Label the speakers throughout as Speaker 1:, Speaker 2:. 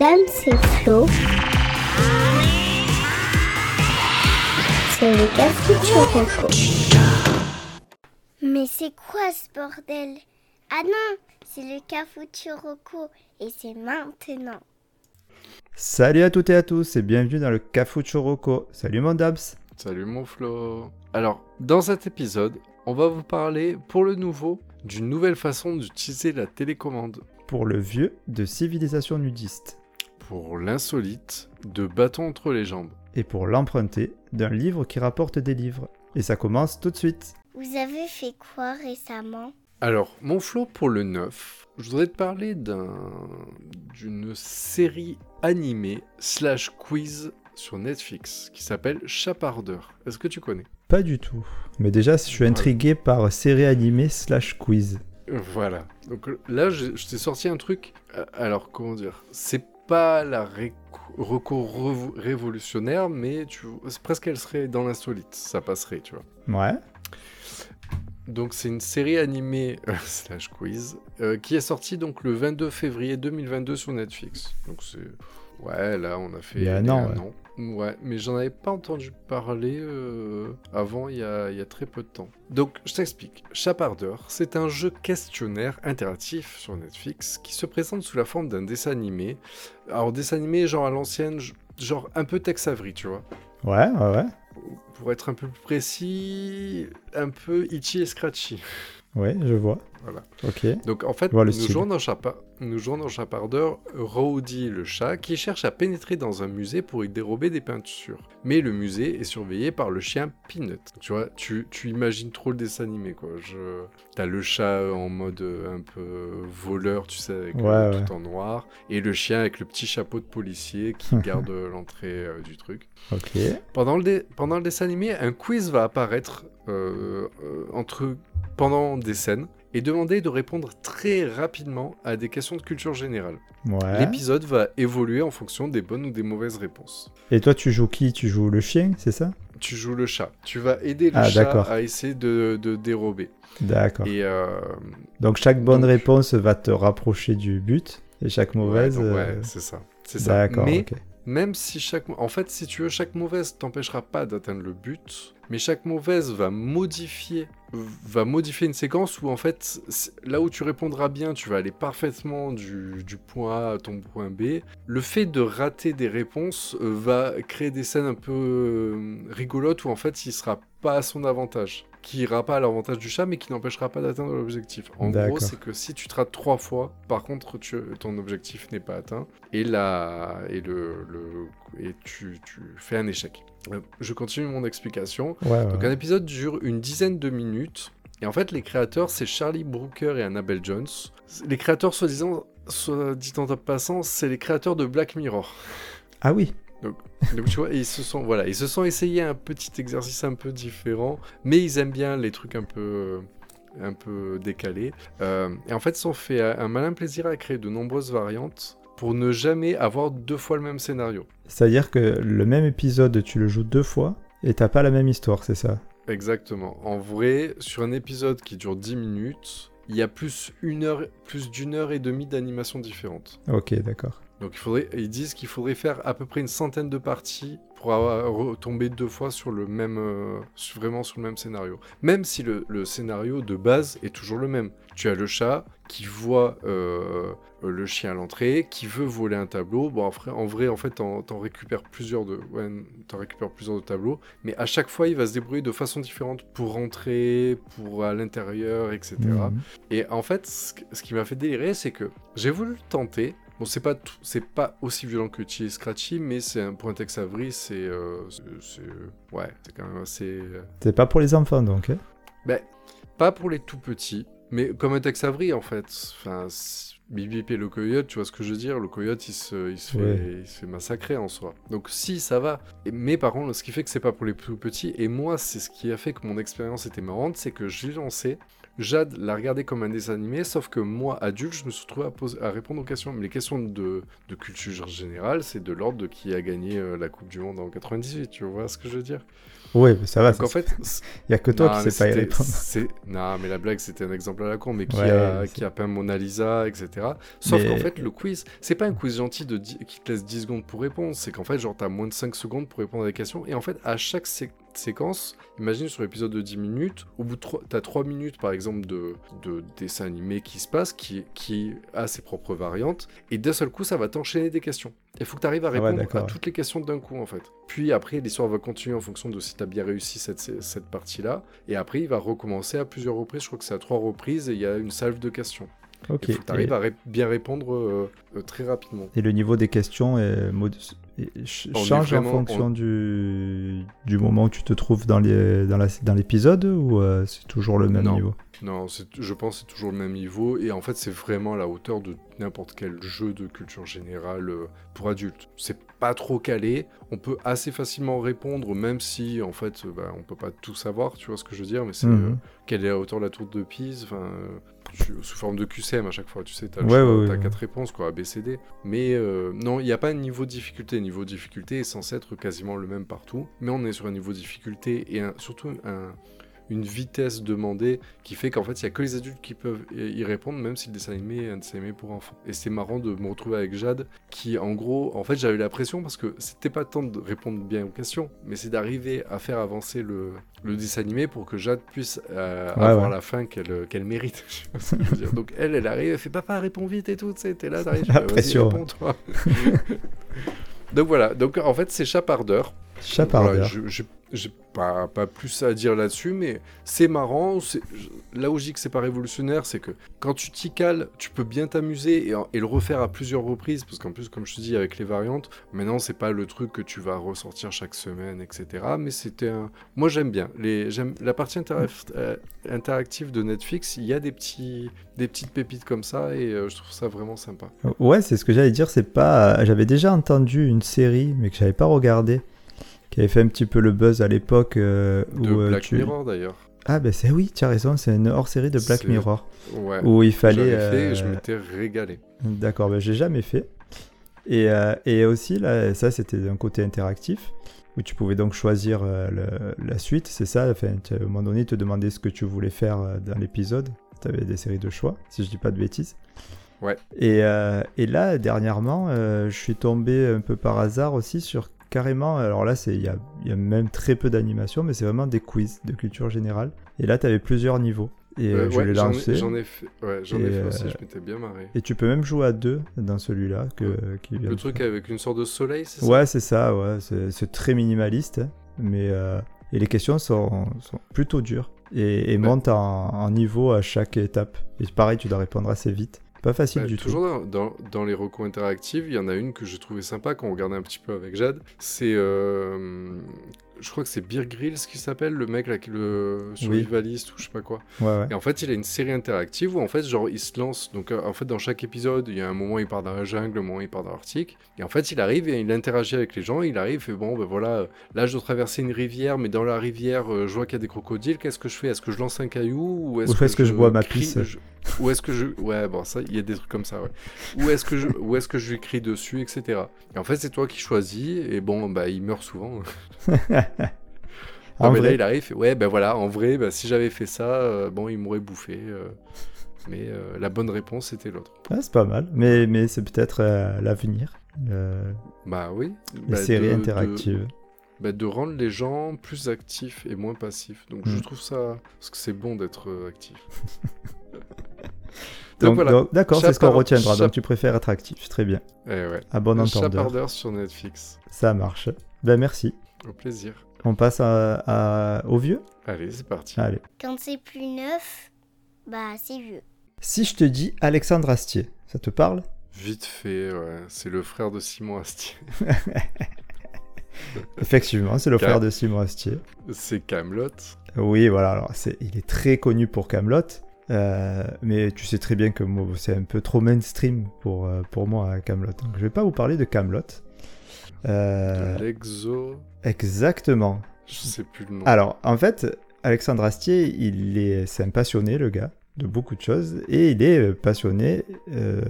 Speaker 1: L'âme, c'est Flo. C'est le café Mais c'est quoi ce bordel Ah non, c'est le café Roco et c'est maintenant.
Speaker 2: Salut à toutes et à tous et bienvenue dans le Cafucho Rocco. Salut mon Dabs.
Speaker 3: Salut mon Flo. Alors, dans cet épisode, on va vous parler, pour le nouveau, d'une nouvelle façon d'utiliser la télécommande.
Speaker 2: Pour le vieux de civilisation nudiste
Speaker 3: Pour l'insolite, de bâton entre les jambes.
Speaker 2: et pour l'emprunté d'un livre qui rapporte des livres. Et ça commence tout de suite.
Speaker 1: Vous avez fait quoi récemment
Speaker 3: Alors, mon Flo, pour le neuf, je voudrais te parler d'un... d'une série animée slash quiz sur Netflix qui s'appelle Chapardeur. Est-ce que tu connais
Speaker 2: Pas du tout. Mais déjà, je suis intrigué par série animée slash quiz.
Speaker 3: Voilà. Donc là, je, je t'ai sorti un truc. euh, Alors, comment dire C'est pas la réco- reco revo- révolutionnaire, mais tu, c'est presque elle serait dans l'insolite. Ça passerait, tu vois.
Speaker 2: Ouais.
Speaker 3: Donc, c'est une série animée euh, slash quiz euh, qui est sortie donc le 22 février 2022 sur Netflix. Donc, c'est. Ouais, là, on a fait.
Speaker 2: Il y a un
Speaker 3: il y a
Speaker 2: an, ouais.
Speaker 3: Ouais, mais j'en avais pas entendu parler euh, avant, il y, a, il y a très peu de temps. Donc, je t'explique. Chapardeur, c'est un jeu questionnaire interactif sur Netflix qui se présente sous la forme d'un dessin animé. Alors, dessin animé, genre à l'ancienne, j- genre un peu Tex Avery, tu vois
Speaker 2: Ouais, ouais, ouais.
Speaker 3: pour être un peu plus précis, un peu itchy et scratchy.
Speaker 2: Ouais, je vois.
Speaker 3: Voilà.
Speaker 2: Ok.
Speaker 3: Donc en fait,
Speaker 2: Je vois le
Speaker 3: nous,
Speaker 2: style.
Speaker 3: jouons dans Chapa- nous jouons dans Chapardeur Rowdy le chat qui cherche à pénétrer dans un musée pour y dérober des peintures. Mais le musée est surveillé par le chien Peanut. Tu vois, tu, tu imagines trop le dessin animé quoi. Je... T'as le chat euh, en mode euh, un peu voleur, tu sais, avec euh,
Speaker 2: Ouais, ouais.
Speaker 3: tout en noir. Et le chien avec le petit chapeau de policier qui garde euh, l'entrée euh, du truc.
Speaker 2: Ok.
Speaker 3: Pendant le, dé- pendant le dessin animé, un quiz va apparaître euh, euh, entre, pendant des scènes et demander de répondre très rapidement à des questions de culture générale.
Speaker 2: Ouais.
Speaker 3: L'épisode va évoluer en fonction des bonnes ou des mauvaises réponses.
Speaker 2: Et toi, tu joues qui Tu joues le chien, c'est ça
Speaker 3: Tu joues le chat. Tu vas aider le
Speaker 2: Ah,
Speaker 3: chat
Speaker 2: d'accord. Ah.
Speaker 3: à essayer de, de dérober.
Speaker 2: D'accord.
Speaker 3: Et euh,
Speaker 2: Donc chaque bonne
Speaker 3: Donc-
Speaker 2: réponse va te rapprocher du but et chaque mauvaise.
Speaker 3: ouais, donc, ouais,
Speaker 2: euh,
Speaker 3: c'est ça. C'est ça.
Speaker 2: D'accord.
Speaker 3: Mais
Speaker 2: ok.
Speaker 3: Même si chaque... En fait, si tu veux, chaque mauvaise t'empêchera pas d'atteindre le but, mais chaque mauvaise va modifier va modifier une séquence où en fait c'est- là où tu répondras bien tu vas aller parfaitement du, du point A à ton point B le fait de rater des réponses euh, va créer des scènes un peu euh, rigolotes où en fait il sera pas à son avantage qui ira pas à l'avantage du chat mais qui n'empêchera pas d'atteindre l'objectif en gros
Speaker 2: D'accord.
Speaker 3: c'est que si tu te rates trois fois par contre tu- ton objectif n'est pas atteint et la et le, le- et tu, tu fais un échec. Euh, Je continue mon explication.
Speaker 2: Ouais, ouais.
Speaker 3: Donc euh, un épisode dure une dizaine de minutes et en fait les créateurs c'est Charlie Brooker et Annabelle Jones. Les créateurs soi-disant soit dit en passant, c'est les créateurs de Black Mirror.
Speaker 2: Ah oui.
Speaker 3: Donc tu vois, ils se sont voilà, ils se sont essayés un petit exercice un peu différent, mais ils aiment bien les trucs un peu euh, un peu décalés. Euh, et en fait, ils ont fait un malin plaisir à créer de nombreuses variantes pour ne jamais avoir deux fois le même scénario.
Speaker 2: C'est-à-dire que le même épisode, tu le joues deux fois et t'as pas la même histoire, c'est ça
Speaker 3: Exactement. En vrai, sur un épisode qui dure 10 minutes, il y a plus une heure, plus d'une heure et demie d'animations différentes.
Speaker 2: Ok, d'accord.
Speaker 3: Donc il faudrait, ils disent qu'il faudrait faire à peu près une centaine de parties pour avoir- retomber deux fois sur le même, euh, sur- vraiment sur le même scénario. Même si le, le scénario de base est toujours le même. Tu as le chat qui voit euh, le chien à l'entrée, qui veut voler un tableau. Bon après, en vrai, en fait, t'en, t'en récupères plusieurs de, ouais, t'en récupères plusieurs de tableaux, mais à chaque fois, il va se débrouiller de façon différente pour rentrer, pour à l'intérieur, etc.
Speaker 2: Mhm.
Speaker 3: Et en fait, ce que- ce qui m'a fait délirer, c'est que j'ai voulu le tenter. Bon, c'est pas tout- c'est pas aussi violent que Chi et Scratchy, mais c'est un point Tex Avery, c'est euh, c'est- c'est, euh, ouais, c'est quand même assez euh,
Speaker 2: C'est pas pour les enfants donc. hein
Speaker 3: ben, pas pour les tout petits, mais comme un Tex Avery en fait. Enfin, c'est- Bip Bip et le coyote, tu vois ce que je veux dire Le coyote, il se, il, se fait,
Speaker 2: Ouais.
Speaker 3: il se fait massacrer en soi. Donc si, ça va. Et- mais par contre, ce qui fait que c'est pas pour les tout petits, et moi, c'est ce qui a fait que mon expérience était marrante, c'est que je l'ai lancé, Jade l'a regardé comme un dessin animé, sauf que moi, adulte, je me suis retrouvé à, poser- à répondre aux questions. Mais les questions de, de culture générale, c'est de l'ordre de qui a gagné euh, la Coupe du Monde en 98, tu vois ce que je veux dire
Speaker 2: Oui, mais Ah, ça va.
Speaker 3: Donc en fait,
Speaker 2: Il n'y a que toi
Speaker 3: non,
Speaker 2: qui
Speaker 3: mais
Speaker 2: sais pas y
Speaker 3: c'était-
Speaker 2: répondre.
Speaker 3: c'est- Non, mais la blague, c'était un exemple à la con, mais qui,
Speaker 2: Ouais,
Speaker 3: a,
Speaker 2: c'est-
Speaker 3: qui a peint Mona Lisa, etc. Sauf
Speaker 2: Mais-
Speaker 3: qu'en fait, le quiz, c'est pas un quiz gentil de dix- qui te laisse 10 secondes pour répondre. C'est qu'en fait, genre, t'as moins de 5 secondes pour répondre à des questions. Et en fait, à chaque sé- séquence, imagine sur l'épisode de 10 minutes, au bout de 3, t'as 3 minutes, par exemple, de, de dessin animé qui se passe, qui, qui a ses propres variantes. Et d'un seul coup, ça va t'enchaîner des questions. Il faut que tu arrives à
Speaker 2: Ah ouais,
Speaker 3: répondre à
Speaker 2: d'accord, ouais.
Speaker 3: toutes les questions d'un coup, en fait. Puis après, l'histoire va continuer en fonction de si tu as bien réussi cette, cette partie-là. Et après, il va recommencer à plusieurs reprises. Je crois que c'est à trois reprises et il y a une salve de questions.
Speaker 2: Ok.
Speaker 3: Il faut que tu arrives
Speaker 2: Et-
Speaker 3: à ré- bien répondre euh, euh, très rapidement.
Speaker 2: Et le niveau des questions est mod- est- ch-
Speaker 3: On est
Speaker 2: change
Speaker 3: vraiment-
Speaker 2: en fonction du... du moment où tu te trouves dans les- dans la- dans l'épisode ou euh, c'est toujours le même
Speaker 3: Non.
Speaker 2: niveau
Speaker 3: Non, c'est- je pense que c'est toujours le même niveau. Et en fait, c'est vraiment à la hauteur de n'importe quel jeu de culture générale euh, pour adultes. C'est pas trop calé. On peut assez facilement répondre, même si, en fait, euh, bah, on peut pas tout savoir. Tu vois ce que je veux dire Mais c'est.
Speaker 2: Mhm.
Speaker 3: euh, quelle est la hauteur de la tour de Pise enfin, euh, tu- Sous forme de QCM à chaque fois, tu sais, t'as
Speaker 2: Ouais,
Speaker 3: as
Speaker 2: ouais, ouais, ouais.
Speaker 3: quatre réponses, quoi, A, B, C, D. Mais euh, non, il n'y a pas un niveau de difficulté. Le niveau de difficulté est censé être quasiment le même partout, mais on est sur un niveau de difficulté et un- surtout un- une vitesse demandée qui fait qu'en fait, il n'y a que les adultes qui peuvent y y répondre, même si le dessin animé est un dessin animé pour enfants. Et c'est marrant de me retrouver avec Jade, qui en gros, en fait, j'avais la pression parce que c'était pas tant de répondre bien aux questions, mais c'est d'arriver à faire avancer le, le dessin animé pour que Jade puisse euh,
Speaker 2: Ouais,
Speaker 3: avoir
Speaker 2: ouais.
Speaker 3: la fin qu'elle euh, qu'elle mérite. je sais pas ce que je veux dire. Donc elle, elle arrive, elle fait papa, réponds vite et tout, tu sais, t'es là, t'arrives,
Speaker 2: La
Speaker 3: vas-y,
Speaker 2: pression.
Speaker 3: réponds-toi. Donc voilà, donc en fait, c'est chapardeur. Voilà,
Speaker 2: Chapardeur.
Speaker 3: je- J'ai j'ai pas, pas plus à dire là-dessus, mais c'est marrant. c'est- je- Là où je dis que c'est pas révolutionnaire, c'est que quand tu t'y cales, tu peux bien t'amuser et, en- et le refaire à plusieurs reprises, parce qu'en plus, comme je te dis, avec les variantes, maintenant, c'est pas le truc que tu vas ressortir chaque semaine, etc. Mais c'était un... Moi, j'aime bien. Les... j'aime- La partie interac- euh, interactive de Netflix, il y a des, petits... des petites pépites comme ça, et euh, je trouve ça vraiment sympa.
Speaker 2: Ouais, c'est ce que j'allais dire. C'est pas. J'avais déjà entendu une série, mais que j'avais pas regardée, qui avait fait un petit peu le buzz à l'époque euh, où
Speaker 3: De
Speaker 2: euh,
Speaker 3: Black
Speaker 2: tu.
Speaker 3: Mirror, d'ailleurs.
Speaker 2: Ah ben c'est oui, tu as raison. C'est une hors-série de Black
Speaker 3: C'est-
Speaker 2: Mirror
Speaker 3: Ouais.
Speaker 2: où il
Speaker 3: Je
Speaker 2: fallait.
Speaker 3: l'avais fait et je
Speaker 2: euh,
Speaker 3: m'étais régalé.
Speaker 2: D'accord, ben j'ai jamais fait. Et, euh, et aussi, là, ça c'était d'un côté interactif, où tu pouvais donc choisir euh, le- la suite, c'est ça enfin, tu- À un moment donné, ils te demandais ce que tu voulais faire euh, dans l'épisode. Tu avais des séries de choix, si je dis pas de bêtises.
Speaker 3: Ouais.
Speaker 2: Et, euh, et là, dernièrement, euh, je suis tombé un peu par hasard aussi sur carrément, alors là, c'est- il y a, il y a même très peu d'animation, mais c'est vraiment des quiz de culture générale. Et là, tu avais plusieurs niveaux. Et
Speaker 3: Euh,
Speaker 2: euh, je
Speaker 3: ouais,
Speaker 2: l'ai
Speaker 3: j'en ai-
Speaker 2: lancé.
Speaker 3: J'en ai fait, ouais, j'en ai
Speaker 2: Et,
Speaker 3: fait
Speaker 2: euh,
Speaker 3: aussi, je m'étais bien marré.
Speaker 2: Et tu peux même jouer à deux dans celui-là. Que, qui vient
Speaker 3: Le
Speaker 2: de
Speaker 3: truc
Speaker 2: faire.
Speaker 3: avec une sorte de soleil, c'est ça
Speaker 2: Ouais, c'est ça, ouais. C'est c'est très minimaliste. hein, Mais, euh, et les questions sont, sont plutôt dures. Et, et
Speaker 3: Ouais.
Speaker 2: montent en, en niveau à chaque étape. Et pareil, tu dois répondre assez vite. Pas facile
Speaker 3: Bah,
Speaker 2: du
Speaker 3: toujours dans, dans- dans les recos interactives, il y en a une que j'ai trouvée sympa quand on regardait un petit peu avec Jade. C'est. euh, je crois que c'est Beer Grylls qui s'appelle, le mec là, qui- le survivaliste ou je sais pas quoi.
Speaker 2: tout. Ouais, ouais.
Speaker 3: Et en fait, il a une série interactive où en fait, genre, il se lance. Donc, euh, en fait, dans chaque épisode, il y a un moment, il part dans la jungle, un moment, il part dans l'Arctique. Et en fait, il arrive et il interagit avec les gens. Il arrive et fait bon, ben voilà, euh, là, je dois traverser une rivière, mais dans la rivière, euh, je vois qu'il y a des crocodiles. Qu'est-ce que je fais Est-ce que je lance un caillou ou est-ce
Speaker 2: Ou est-ce que je bois ma
Speaker 3: crie-
Speaker 2: pisse
Speaker 3: je- Ou est-ce que je ouais, bon, ça, il y a des trucs comme ça. Ouais. Ou est-ce que je, ou est-ce que je lui crie dessus, etc. Et en fait, c'est toi qui choisis. Et bon, bah, il meurt souvent.
Speaker 2: En
Speaker 3: Ah, mais là,
Speaker 2: vrai,
Speaker 3: il arrive, fait, ouais, ben voilà, en vrai, ben, si j'avais fait ça, euh, bon, il m'aurait bouffé. euh, mais euh, la bonne réponse, c'était l'autre.
Speaker 2: ouais, ah, c'est pas mal. Mais, mais c'est peut-être euh, l'avenir. euh,
Speaker 3: Bah oui.
Speaker 2: les
Speaker 3: bah,
Speaker 2: séries
Speaker 3: de- de-
Speaker 2: interactives.
Speaker 3: bah, de rendre les gens plus actifs et moins passifs. Donc je
Speaker 2: Mm.
Speaker 3: trouve ça. Parce que c'est bon d'être euh, actif.
Speaker 2: Donc,
Speaker 3: voilà.
Speaker 2: donc, d'accord, c'est ce qu'on
Speaker 3: Chapard-
Speaker 2: retiendra. Donc
Speaker 3: chap-
Speaker 2: tu préfères être actif. Très bien.
Speaker 3: Eh ouais.
Speaker 2: À bon entendeur.
Speaker 3: Chapardeur sur Netflix.
Speaker 2: Ça marche. Ben merci.
Speaker 3: Au plaisir.
Speaker 2: On passe à, à- au vieux
Speaker 3: Allez, c'est parti.
Speaker 2: Allez.
Speaker 1: Quand c'est plus neuf, bah c'est vieux.
Speaker 2: Si je te dis Alexandre Astier, ça te parle
Speaker 3: Vite fait, ouais. C'est le frère de Simon Astier.
Speaker 2: Effectivement, c'est le
Speaker 3: Car-
Speaker 2: frère de Simon Astier.
Speaker 3: c'est Camelot.
Speaker 2: Oui, voilà, alors c'est, il est très connu pour Camelot. euh, mais tu sais très bien que moi, c'est un peu trop mainstream pour, euh, pour moi, Camelot. Donc je vais pas vous parler de Camelot. Euh,
Speaker 3: De l'exo.
Speaker 2: exactement.
Speaker 3: Je sais plus le nom.
Speaker 2: Alors, en fait, Alexandre Astier, il est, c'est un passionné, le gars, de beaucoup de choses, et il est euh, passionné euh,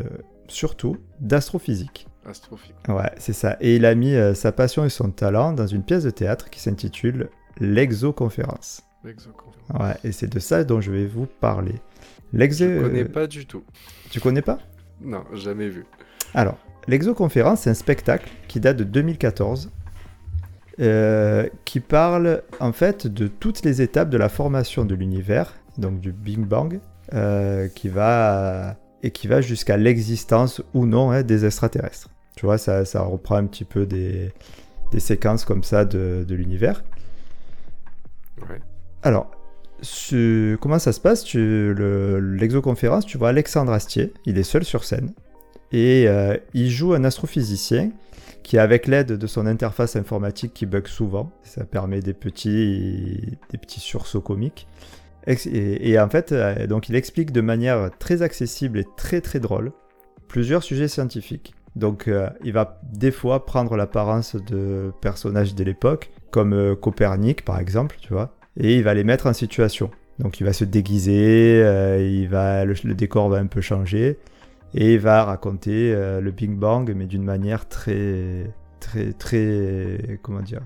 Speaker 2: surtout d'astrophysique.
Speaker 3: Astrophique.
Speaker 2: Ouais, c'est ça. Et il a mis euh, sa passion et son talent dans une pièce de théâtre qui s'intitule L'Exoconférence.
Speaker 3: L'exoconférence.
Speaker 2: Ouais, et c'est de ça dont je vais vous parler.
Speaker 3: Je
Speaker 2: L'exo... euh,
Speaker 3: connais pas du tout.
Speaker 2: Tu connais pas
Speaker 3: Non, jamais vu.
Speaker 2: Alors, l'exoconférence, c'est un spectacle qui date de 2014, euh, qui parle en fait de toutes les étapes de la formation de l'univers, donc du Big Bang, euh, qui va et qui va jusqu'à l'existence ou non hein, des extraterrestres. Tu vois, ça, ça reprend un petit peu des, des séquences comme ça de- de l'univers.
Speaker 3: Ouais.
Speaker 2: Alors, ce- comment ça se passe Tu- le- L'exoconférence, tu vois Alexandre Astier, il est seul sur scène, et euh, il joue un astrophysicien qui, avec l'aide de son interface informatique qui bug souvent, ça permet des petits, des petits sursauts comiques, Ex- et, et en fait, euh, donc il explique de manière très accessible et très très drôle plusieurs sujets scientifiques. Donc euh, il va des fois prendre l'apparence de personnages de l'époque, comme euh, Copernic par exemple, tu vois, et il va les mettre en situation. Donc il va se déguiser, euh, il va, le, le décor va un peu changer, et il va raconter euh, le Big Bang, mais d'une manière très, très, très, comment dire.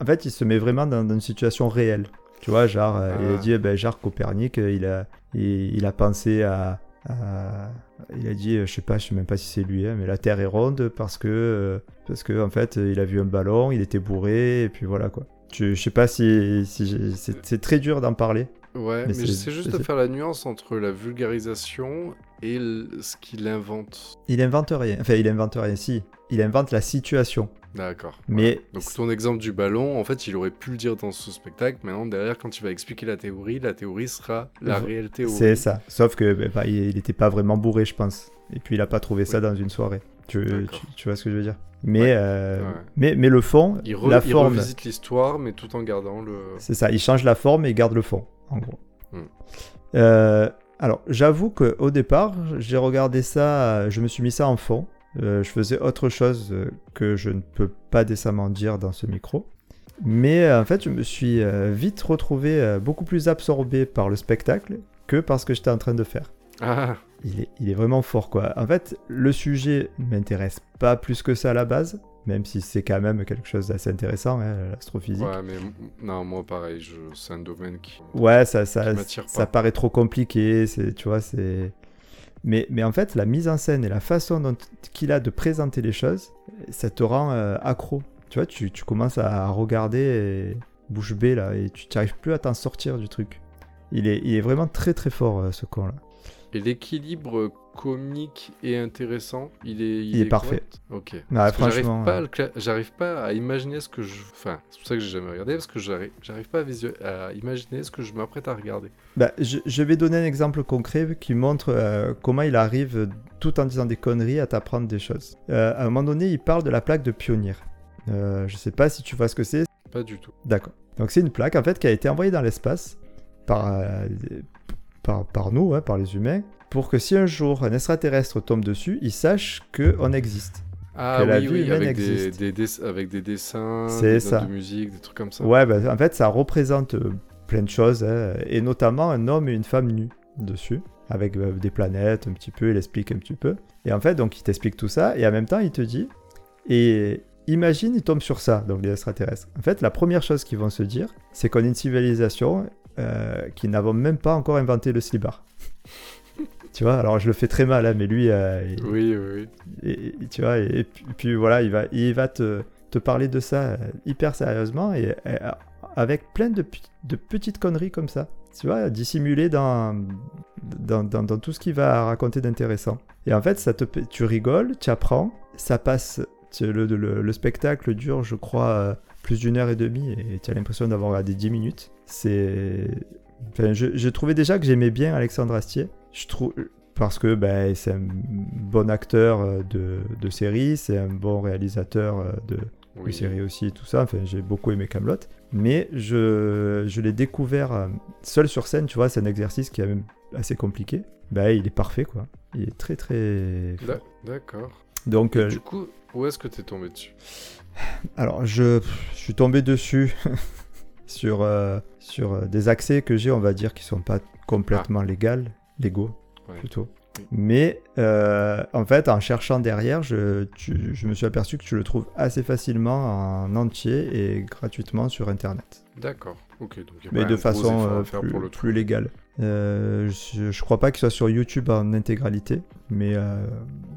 Speaker 2: En fait, il se met vraiment dans, dans une situation réelle. Tu vois, genre, euh, il a
Speaker 3: Ah.
Speaker 2: dit, eh ben, genre Copernic, euh, il a, il, il a pensé à, à- il a dit, euh, je sais pas, je sais même pas si c'est lui, hein, mais la Terre est ronde parce que, euh, parce que en fait, il a vu un ballon, il était bourré, et puis voilà quoi. Tu, je sais pas si, si j'ai- c'est c'est très dur d'en parler.
Speaker 3: Ouais,
Speaker 2: Mais
Speaker 3: mais,
Speaker 2: c'est-
Speaker 3: j'essaie juste de
Speaker 2: c'est-
Speaker 3: faire la nuance entre la vulgarisation et le- ce qu'il invente.
Speaker 2: Il invente rien. Enfin, il invente rien. Si, il invente la situation.
Speaker 3: D'accord.
Speaker 2: Mais
Speaker 3: voilà. Donc ton exemple du ballon, en fait, il aurait pu le dire dans ce spectacle. Maintenant, derrière, quand il va expliquer la théorie, la théorie sera la
Speaker 2: V-
Speaker 3: réelle théorie.
Speaker 2: c'est ça. Sauf que ben, ben, il n'était pas vraiment bourré, je pense. Et puis il a pas trouvé ça dans une soirée. Tu,
Speaker 3: D'accord.
Speaker 2: tu- tu vois ce que je veux dire Mais,
Speaker 3: Ouais.
Speaker 2: euh,
Speaker 3: Ouais.
Speaker 2: mais, mais le fond,
Speaker 3: Il, re-
Speaker 2: la
Speaker 3: il
Speaker 2: forme.
Speaker 3: revisite l'histoire, mais tout en gardant le.
Speaker 2: C'est ça, il change la forme et il garde le fond, en gros.
Speaker 3: Hmm.
Speaker 2: Euh, alors, j'avoue qu'au départ, j'ai regardé ça, euh, je me suis mis ça en fond. Euh, je faisais autre chose euh, que je ne peux pas décemment dire dans ce micro. Mais euh, en fait, je me suis euh, vite retrouvé euh, beaucoup plus absorbé par le spectacle que par ce que j'étais en train de faire.
Speaker 3: Ah,
Speaker 2: Il est, il est vraiment fort, quoi. En fait, le sujet ne m'intéresse pas plus que ça à la base, même si c'est quand même quelque chose d'assez intéressant, hein, l'astrophysique.
Speaker 3: ouais, mais m- non, moi pareil, je... c'est un domaine qui.
Speaker 2: Ouais, ça, ça,
Speaker 3: Qui m'attire
Speaker 2: ça
Speaker 3: pas.
Speaker 2: paraît trop compliqué, c'est, tu vois, c'est... Mais, mais en fait, la mise en scène et la façon dont qu'il a de présenter les choses, ça te rend euh, accro. Tu vois, tu, tu commences à regarder et- bouche bée, là, et tu n'arrives plus à t'en sortir du truc. Il est, il est vraiment très très fort, euh, ce con-là.
Speaker 3: Et l'équilibre comique et intéressant, il est.
Speaker 2: Il est parfait.
Speaker 3: correct Ok.
Speaker 2: Ouais,
Speaker 3: Parce que j'arrive
Speaker 2: Ah, franchement,
Speaker 3: pas
Speaker 2: ouais.
Speaker 3: à le cla- J'arrive pas à imaginer ce que je. Enfin, c'est pour ça que j'ai jamais regardé, parce que j'arrive j'arrive pas à, visu- à imaginer ce que je m'apprête à regarder.
Speaker 2: Bah, je, je vais donner un exemple concret qui montre euh, comment il arrive, euh, tout en disant des conneries, à t'apprendre des choses. Euh, à un moment donné, il parle de la plaque de pionnier. Euh, je sais pas si tu vois ce que c'est,
Speaker 3: Pas du tout.
Speaker 2: D'accord. Donc c'est une plaque en fait qui a été envoyée dans l'espace par, euh, par, par nous, hein, par les humains, pour que si un jour un extraterrestre tombe dessus, il sache qu'on existe.
Speaker 3: Ah
Speaker 2: Que la
Speaker 3: oui,
Speaker 2: vie
Speaker 3: oui,
Speaker 2: humaine
Speaker 3: avec des,
Speaker 2: existe.
Speaker 3: des dess- avec des dessins,
Speaker 2: C'est
Speaker 3: des notes
Speaker 2: ça.
Speaker 3: de musique, des trucs comme ça.
Speaker 2: Ouais, bah, en fait ça représente euh, plein de choses, hein, et notamment un homme et une femme nus dessus, avec euh, des planètes un petit peu, il explique un petit peu. Et en fait donc il t'explique tout ça, et en même temps il te dit, et imagine il tombe sur ça, donc les extraterrestres. En fait la première chose qu'ils vont se dire, c'est qu'on est une civilisation euh, qui n'avons même pas encore inventé le slibar. tu vois, alors je le fais très mal, hein, mais lui, euh, il-
Speaker 3: Oui, oui, oui.
Speaker 2: et, et- tu vois, et, et puis, puis voilà, il va, il va te, te parler de ça euh, hyper sérieusement et, et, euh, avec plein de, p- de petites conneries comme ça, tu vois, dissimulées dans, dans, dans- dans tout ce qu'il va raconter d'intéressant. Et en fait, ça te, p- tu rigoles, tu apprends, ça passe, tu- le, le- le spectacle dure, je crois, euh, plus d'une heure et demie et tu as l'impression d'avoir regardé 10 minutes. C'est. Enfin, je, je trouvais déjà que j'aimais bien Alexandre Astier. Je trouve parce que ben, c'est un bon acteur euh, de, de série, c'est un bon réalisateur euh, de, de
Speaker 3: Oui.
Speaker 2: série aussi, et tout ça. Enfin, j'ai beaucoup aimé Camelot, mais je, je l'ai découvert euh, seul sur scène. Tu vois, c'est un exercice qui est même assez compliqué. Ben, il est parfait, quoi. Il est très très. fort.
Speaker 3: D'a- D'accord.
Speaker 2: Donc, euh,
Speaker 3: Du coup, où est-ce que t'es tombé dessus
Speaker 2: alors je, je suis tombé dessus sur, euh, sur euh, des accès que j'ai, on va dire, qui sont pas complètement légales, légaux
Speaker 3: Ah. Ouais.
Speaker 2: plutôt.
Speaker 3: Oui.
Speaker 2: Mais euh, en fait, en cherchant derrière, je, tu- je me suis aperçu que tu le trouves assez facilement en entier et gratuitement sur Internet,
Speaker 3: D'accord. Ok, donc il y a
Speaker 2: mais
Speaker 3: pas
Speaker 2: de
Speaker 3: un gros
Speaker 2: façon
Speaker 3: effort à
Speaker 2: euh,
Speaker 3: faire
Speaker 2: plus,
Speaker 3: pour le truc.
Speaker 2: plus légale. Euh, je, je crois pas qu'il soit sur YouTube en intégralité, mais euh,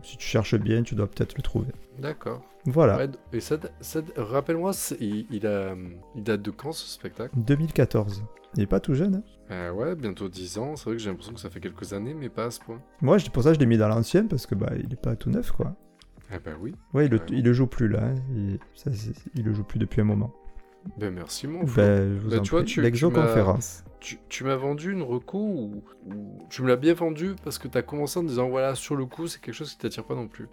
Speaker 2: si tu cherches bien, tu dois peut-être le trouver.
Speaker 3: D'accord.
Speaker 2: Voilà,
Speaker 3: Ouais, et ça, ça- rappelle-moi, c'est- il, il a, il date de quand ce spectacle
Speaker 2: 2014. Il est pas tout jeune. hein.
Speaker 3: Euh, Ouais, bientôt 10 ans. C'est vrai que j'ai l'impression que ça fait quelques années, mais pas à ce point.
Speaker 2: Moi, je- pour ça, je l'ai mis dans l'ancien parce que bah, il est pas tout neuf, quoi.
Speaker 3: Ah bah oui.
Speaker 2: Ouais, il le,
Speaker 3: Ouais.
Speaker 2: il le joue plus là. hein. Il, ça, c'est- il le joue plus depuis un moment.
Speaker 3: Ben merci mon frère.
Speaker 2: Ben, je vous
Speaker 3: Bah,
Speaker 2: en
Speaker 3: tu vois,
Speaker 2: prie.
Speaker 3: tu- tu
Speaker 2: L'exoconférence.
Speaker 3: Tu, tu m'as vendu une reco ou, ou- tu me l'as bien vendu parce que t'as commencé en disant voilà sur le coup c'est quelque chose qui t'attire pas non plus.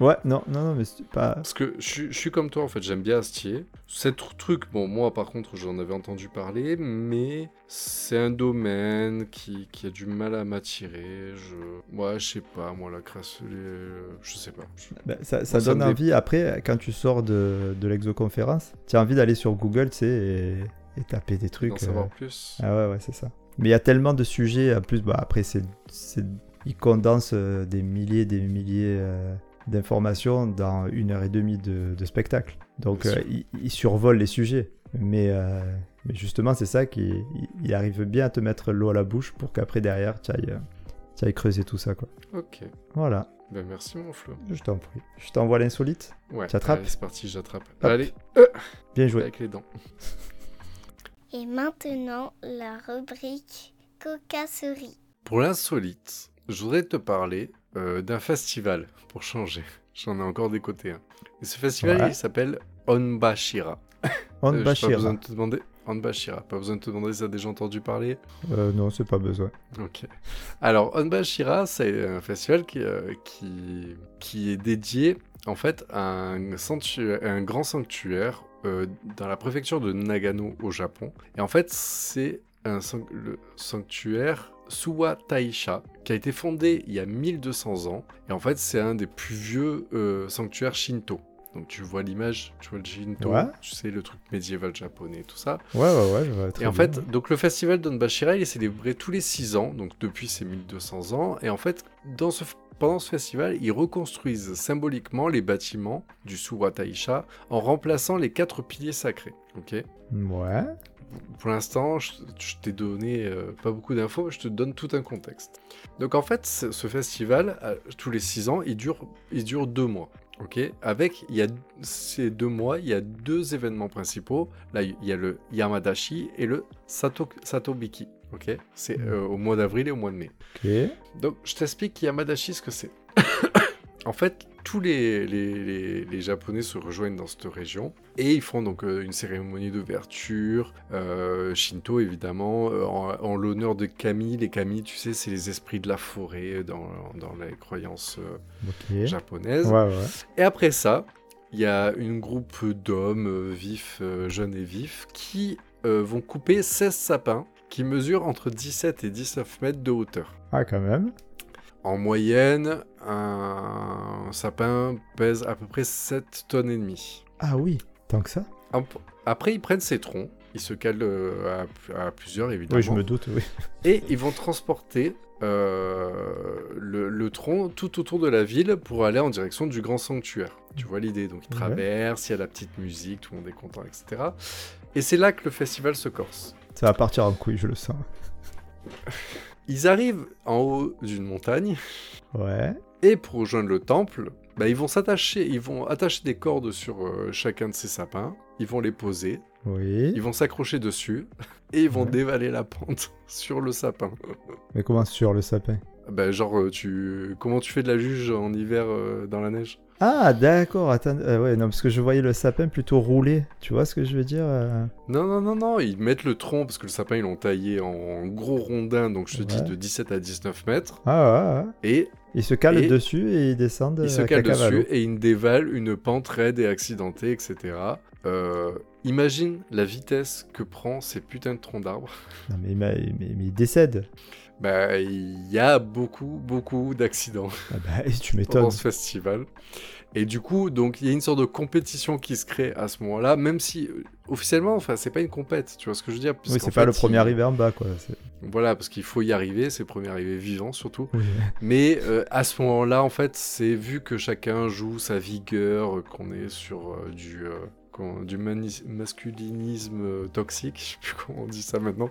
Speaker 2: Ouais, non, non, non, mais c'est pas.
Speaker 3: Parce que je, suis- je suis comme toi en fait, j'aime bien Astier. Cet tr- truc, bon moi par contre j'en avais entendu parler, mais c'est un domaine qui, qui a du mal à m'attirer. Je, ouais, je sais pas moi la crasse, les- je sais pas. Je-
Speaker 2: ben, ça ça
Speaker 3: Ça me
Speaker 2: donne
Speaker 3: dé-
Speaker 2: envie. Après, quand tu sors de, de l'exoconférence, tu as envie d'aller sur Google, tu sais, et, et taper des
Speaker 3: D'en
Speaker 2: trucs. euh,
Speaker 3: savoir plus.
Speaker 2: Ah ouais, ouais, c'est ça. Mais il y a tellement de sujets. En plus, bah, après, c'est, c'est... ils condensent euh, des milliers et des milliers euh, d'informations dans une heure et demie de, de spectacle. Donc,
Speaker 3: Bien
Speaker 2: euh,
Speaker 3: sûr.
Speaker 2: ils, ils survolent les sujets. Mais, euh, mais justement, c'est ça qui. Il, il arrive bien à te mettre l'eau à la bouche pour qu'après, derrière, tu ailles, euh, tu ailles creuser tout ça. Quoi.
Speaker 3: Ok.
Speaker 2: Voilà,
Speaker 3: Ben merci mon Flo.
Speaker 2: je t'en prie. Je t'envoie l'insolite.
Speaker 3: Ouais.
Speaker 2: T'attrapes
Speaker 3: allez, C'est parti, j'attrape.
Speaker 2: Hop.
Speaker 3: Allez,
Speaker 2: Bien joué.
Speaker 3: avec les dents.
Speaker 1: Et maintenant, la rubrique cocasserie.
Speaker 3: Pour l'insolite, je voudrais te parler euh, d'un festival, pour changer. J'en ai encore des côtés. hein. Et ce festival,
Speaker 2: Ouais.
Speaker 3: il s'appelle Onbashira.
Speaker 2: On
Speaker 3: Euh, j'ai
Speaker 2: Bashir.
Speaker 3: Pas besoin de te demander. Onbashira. Pas besoin de te demander si t'as déjà entendu parler.
Speaker 2: Euh, non, c'est pas besoin.
Speaker 3: Ok. Alors, Onbashira, c'est un festival qui, euh, qui, qui est dédié, en fait, à un, sanctu- à un grand sanctuaire euh, dans la préfecture de Nagano, au Japon. Et en fait, c'est un sanc- le sanctuaire Suwa Taisha, qui a été fondé il y a 1200 ans. Et en fait, c'est un des plus vieux euh, sanctuaires Shinto. Donc, tu vois l'image, tu vois le Shinto,
Speaker 2: Ouais.
Speaker 3: tu sais, le truc médiéval japonais, tout ça.
Speaker 2: Ouais, ouais, ouais, je vois très
Speaker 3: Et en
Speaker 2: bien.
Speaker 3: fait, donc le festival d'Onbashira, il est célébré tous les 6 ans, donc depuis ses 1200 ans. Et en fait, dans ce, pendant ce festival, ils reconstruisent symboliquement les bâtiments du Suwa Taisha en remplaçant les quatre piliers sacrés. Ok
Speaker 2: Ouais.
Speaker 3: pour l'instant, je, je t'ai donné euh, pas beaucoup d'infos, mais je te donne tout un contexte. Donc en fait, ce ce festival, euh, tous les six ans, il dure, il dure deux mois. Ok, avec il y a ces deux mois, il y a deux événements principaux. Là, il y a le Yamadashi et le Sato, Satobiki. Ok, c'est euh, au mois d'avril et au mois de mai.
Speaker 2: Ok.
Speaker 3: Donc, je t'explique Yamadashi ce que c'est. en fait, tous les, les, les- les Japonais se rejoignent dans cette région et ils font donc euh, une cérémonie d'ouverture, euh, Shinto évidemment, euh, en, en l'honneur de Kami. Les Kami, tu sais, c'est les esprits de la forêt dans, dans les croyances euh,
Speaker 2: Ok.
Speaker 3: japonaises.
Speaker 2: Ouais, ouais.
Speaker 3: Et après ça, il y a une groupe d'hommes euh, vifs, euh, jeunes et vifs, qui euh, vont couper 16 sapins qui mesurent entre 17 et 19 mètres de hauteur.
Speaker 2: Ah, quand même.
Speaker 3: En moyenne, un sapin pèse à peu près 7 tonnes et demie.
Speaker 2: Ah oui, tant que ça
Speaker 3: Ap- Après, ils prennent ces troncs, ils se calent euh, à, à plusieurs évidemment,
Speaker 2: Oui, je me doute, oui.
Speaker 3: et ils vont transporter euh, le, le tronc tout autour de la ville pour aller en direction du grand sanctuaire. Tu vois l'idée, donc ils
Speaker 2: Ouais.
Speaker 3: traversent, il y a la petite musique, tout le monde est content, etc. Et c'est là que le festival se corse.
Speaker 2: Ça va partir en couille, je le sens.
Speaker 3: Ils arrivent en haut d'une montagne,
Speaker 2: Ouais.
Speaker 3: Et pour rejoindre le temple, bah, ils vont s'attacher, ils vont attacher des cordes sur euh, chacun de ces sapins, ils vont les poser, ils
Speaker 2: Oui.
Speaker 3: vont s'accrocher dessus et ils vont
Speaker 2: Ouais.
Speaker 3: dévaler la pente sur le sapin.
Speaker 2: Mais comment sur le sapin
Speaker 3: Bah, genre euh, tu comment tu fais de la luge en hiver euh, dans la neige
Speaker 2: Ah, d'accord, attends. euh, ouais, non, parce que je voyais le sapin plutôt roulé. Tu vois ce que je veux dire euh
Speaker 3: Non non non non, ils mettent le tronc parce que le sapin ils l'ont taillé en gros rondin donc je te dis
Speaker 2: Ouais.
Speaker 3: de 17 à 19 mètres
Speaker 2: Ah, ouais, ouais.
Speaker 3: et
Speaker 2: Ils se calent
Speaker 3: Et-
Speaker 2: dessus et ils descendent
Speaker 3: Ils se
Speaker 2: Euh, avec
Speaker 3: calent
Speaker 2: la cavale. hein.
Speaker 3: dessus et ils dévalent une pente raide et accidentée, etc. Euh, imagine la vitesse que prend ces putains de troncs d'arbres.
Speaker 2: Non, mais, il m'a- mais- mais ils décèdent.
Speaker 3: Bah, il y a beaucoup, beaucoup d'accidents
Speaker 2: Ah bah, et tu
Speaker 3: pendant
Speaker 2: m'étonnes.
Speaker 3: ce festival. Et du coup, donc il y a une sorte de compétition qui se crée à ce moment-là, même si euh, officiellement, enfin, c'est pas une compète, tu vois ce que je veux dire
Speaker 2: Oui,
Speaker 3: puisqu'en
Speaker 2: c'est pas
Speaker 3: fait,
Speaker 2: le premier
Speaker 3: il-
Speaker 2: arrivé en bas, quoi. c'est-
Speaker 3: Voilà, parce qu'il faut y arriver, c'est le premier arrivé vivant surtout.
Speaker 2: Oui.
Speaker 3: Mais euh, à ce moment-là, en fait, c'est vu que chacun joue sa vigueur, euh, qu'on est sur euh, du, euh, qu'on- du mani- masculinisme euh, toxique, je sais plus comment on dit ça maintenant.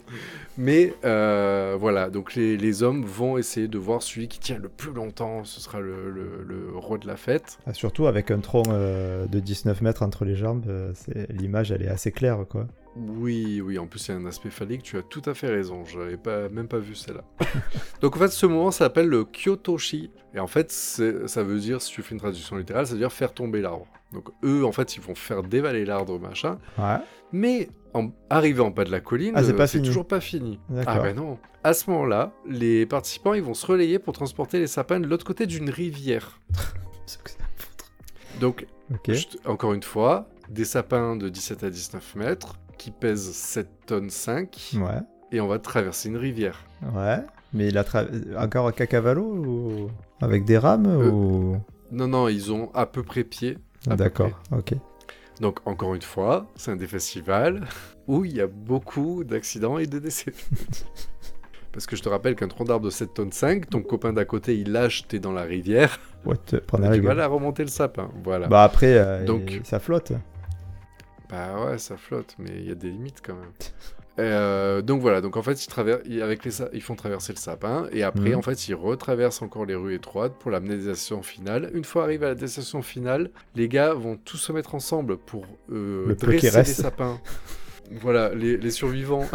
Speaker 3: Mais euh, voilà, donc les, les hommes vont essayer de voir celui qui tient le plus longtemps, ce sera le, le- le roi de la fête.
Speaker 2: Ah, surtout avec un tronc euh, de 19 mètres entre les jambes, euh, c'est- l'image elle est assez claire, quoi.
Speaker 3: Oui, oui, en plus il y a un aspect phallique, tu as tout à fait raison, je n'avais pas, même pas vu celle-là. Donc en fait ce moment s'appelle le Kyotoshi, et en fait c'est- ça veut dire, si tu fais une traduction littérale, ça veut dire faire tomber l'arbre. Donc eux en fait ils vont faire dévaler l'arbre machin,
Speaker 2: Ouais.
Speaker 3: mais en, arrivé en bas de la colline,
Speaker 2: Ah, c'est
Speaker 3: euh,
Speaker 2: pas
Speaker 3: c'est
Speaker 2: fini.
Speaker 3: toujours pas fini.
Speaker 2: D'accord.
Speaker 3: Ah ben non. À ce moment-là, les participants ils vont se relayer pour transporter les sapins de l'autre côté d'une rivière. Donc
Speaker 2: Ok.
Speaker 3: Juste, encore une fois, des sapins de 17 à 19 mètres qui pèsent 7 tonnes 5
Speaker 2: Ouais.
Speaker 3: et on va traverser une rivière.
Speaker 2: Ouais. Mais il a tra- encore un cacavalo ou... Avec des rames
Speaker 3: Euh,
Speaker 2: ou...
Speaker 3: Non, non, ils ont à peu près pied. à peu
Speaker 2: D'accord, ok.
Speaker 3: près. Donc encore une fois, c'est un des festivals où il y a beaucoup d'accidents et de décès. Parce que je te rappelle qu'un tronc d'arbre de 7 tonnes 5, ton copain d'à côté, il lâche, t'es dans la rivière,
Speaker 2: Ouais, te prendre
Speaker 3: t'as
Speaker 2: Ah, la
Speaker 3: du
Speaker 2: gueule.
Speaker 3: mal à remonter le sapin. Voilà. Bah,
Speaker 2: Bah après, euh,
Speaker 3: Donc-
Speaker 2: il- ça flotte.
Speaker 3: Bah ouais, ça flotte, mais il y a des limites quand même. Euh, donc voilà, donc en fait ils, traver- ils- avec les sa- ils font traverser le sapin et après
Speaker 2: Mhm.
Speaker 3: en fait ils retraversent encore les rues étroites pour l'amener à la destination finale. Une fois arrivé à la destination finale, les gars vont tous se mettre ensemble pour euh,
Speaker 2: Le peu qui
Speaker 3: dresser les
Speaker 2: reste.
Speaker 3: sapins. voilà, les, les survivants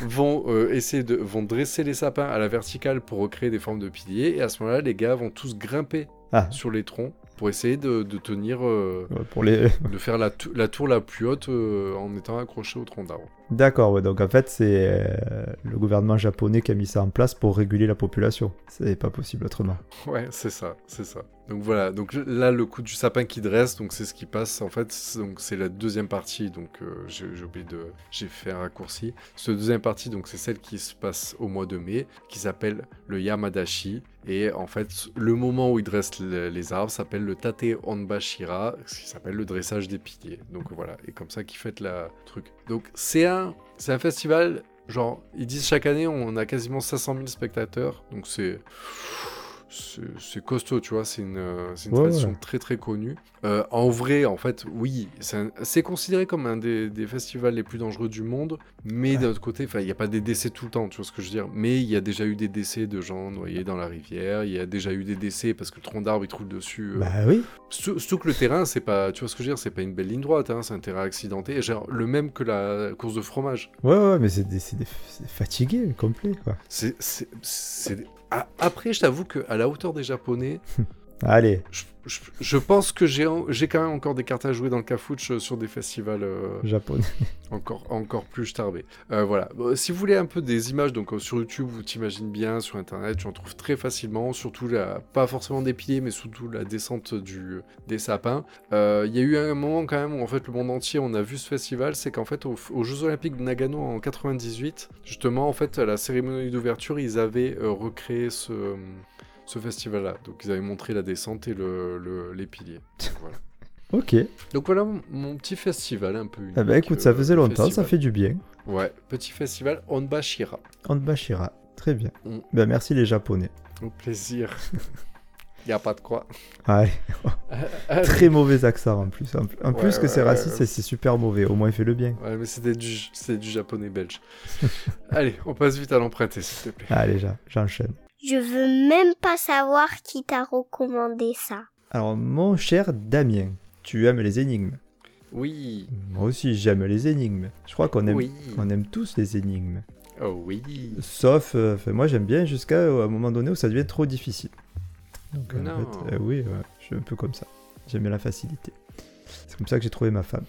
Speaker 3: vont euh, essayer de vont dresser les sapins à la verticale pour recréer des formes de piliers et à ce moment-là les gars vont tous grimper
Speaker 2: Ah.
Speaker 3: sur les troncs pour essayer de, de tenir, euh,
Speaker 2: Ouais, Pour les...
Speaker 3: de faire la, tou- la tour la plus haute euh, en étant accroché au tronc d'arbre.
Speaker 2: D'accord, ouais, donc en fait, c'est euh, le gouvernement japonais qui a mis ça en place pour réguler la population. C'est pas possible autrement.
Speaker 3: Ouais, c'est ça, c'est ça. Donc voilà, donc là le coup du sapin qui dresse, donc c'est ce qui passe en fait, c'est- donc c'est la deuxième partie, donc euh, j'ai j'ai oublié de, j'ai fait un raccourci. Cette deuxième partie, donc c'est celle qui se passe au mois de mai, qui s'appelle le Yamadashi, et en fait le moment où il dresse le- les arbres s'appelle le Tate Onbashira, ce qui s'appelle le dressage des piliers. Donc voilà, et comme ça qu'ils fêtent la truc. Donc c'est un, c'est un festival. Genre, ils disent chaque année, on a quasiment 500 000 spectateurs, donc c'est c'est c'est costaud, tu vois. C'est une, euh, c'est une
Speaker 2: Ouais,
Speaker 3: tradition
Speaker 2: ouais.
Speaker 3: très très connue. Euh, en vrai, en fait, oui, c'est un- c'est considéré comme un des, des festivals les plus dangereux du monde. Mais d'un autre côté, enfin, il n'y a pas des décès tout le temps, tu vois ce que je veux dire. Mais il y a déjà eu des décès de gens noyés dans la rivière. Il y a déjà eu des décès parce que le tronc d'arbre il trouve dessus. euh,
Speaker 2: Bah oui.
Speaker 3: Sou- Surtout que le terrain, c'est pas, tu vois ce que je veux dire, c'est pas une belle ligne droite, hein, c'est un terrain accidenté, genre le même que la course de fromage.
Speaker 2: Ouais, ouais, mais c'est des- c'est des- c'est fatigué, complet, quoi.
Speaker 3: C'est, c'est- c'est- Ah, Après, je t'avoue qu'à la hauteur des Japonais,
Speaker 2: Allez,
Speaker 3: je, je- je pense que j'ai, en- j'ai quand même encore des cartes à jouer dans le cafouche euh, sur des festivals euh,
Speaker 2: japonais.
Speaker 3: encore, encore plus starbés. Euh, voilà. Bon, si vous voulez un peu des images, donc euh, sur YouTube, vous t'imagines bien, sur Internet, tu en trouves très facilement, surtout la, pas forcément des piliers, mais surtout la descente du, des sapins. Euh, Il y a eu un moment quand même où en fait le monde entier on a vu ce festival, c'est qu'en fait au- aux Jeux Olympiques de Nagano en 98, justement en fait à la cérémonie d'ouverture ils avaient euh, recréé ce, ce festival-là, donc ils avaient montré la descente et le, le- les piliers. Voilà.
Speaker 2: Ok.
Speaker 3: Donc voilà mon, mon petit festival un peu.
Speaker 2: Ah bah
Speaker 3: unique,
Speaker 2: écoute, ça
Speaker 3: euh,
Speaker 2: faisait
Speaker 3: de
Speaker 2: longtemps, ça
Speaker 3: festival.
Speaker 2: fait du bien.
Speaker 3: Ouais, petit festival Onbashira.
Speaker 2: Onbashira, très bien.
Speaker 3: Mm.
Speaker 2: Ben merci les japonais.
Speaker 3: Au plaisir. y a pas de quoi.
Speaker 2: Ouais, très mauvais accent en plus. En, en
Speaker 3: Ouais,
Speaker 2: plus que
Speaker 3: ouais,
Speaker 2: c'est
Speaker 3: ouais.
Speaker 2: raciste et c'est super mauvais, au moins il fait le bien.
Speaker 3: Ouais, mais c'était du, c'était du japonais belge. Allez, on passe vite à l'emprunté, s'il te plaît.
Speaker 2: Allez, j'a- j'enchaîne.
Speaker 1: Je veux même pas savoir qui t'a recommandé ça.
Speaker 2: Alors mon cher Damien, tu aimes les énigmes.
Speaker 3: Oui.
Speaker 2: Moi aussi j'aime les énigmes. Je crois qu'on aime,
Speaker 3: Oui.
Speaker 2: on aime tous les énigmes.
Speaker 3: Oh oui.
Speaker 2: Sauf, euh, 'fin, moi j'aime bien jusqu'à euh, un moment donné où ça devient trop difficile. Donc euh, en
Speaker 3: Non.
Speaker 2: fait, euh, oui, ouais, je suis un peu comme ça. J'aime bien la facilité. C'est comme ça que j'ai trouvé ma femme.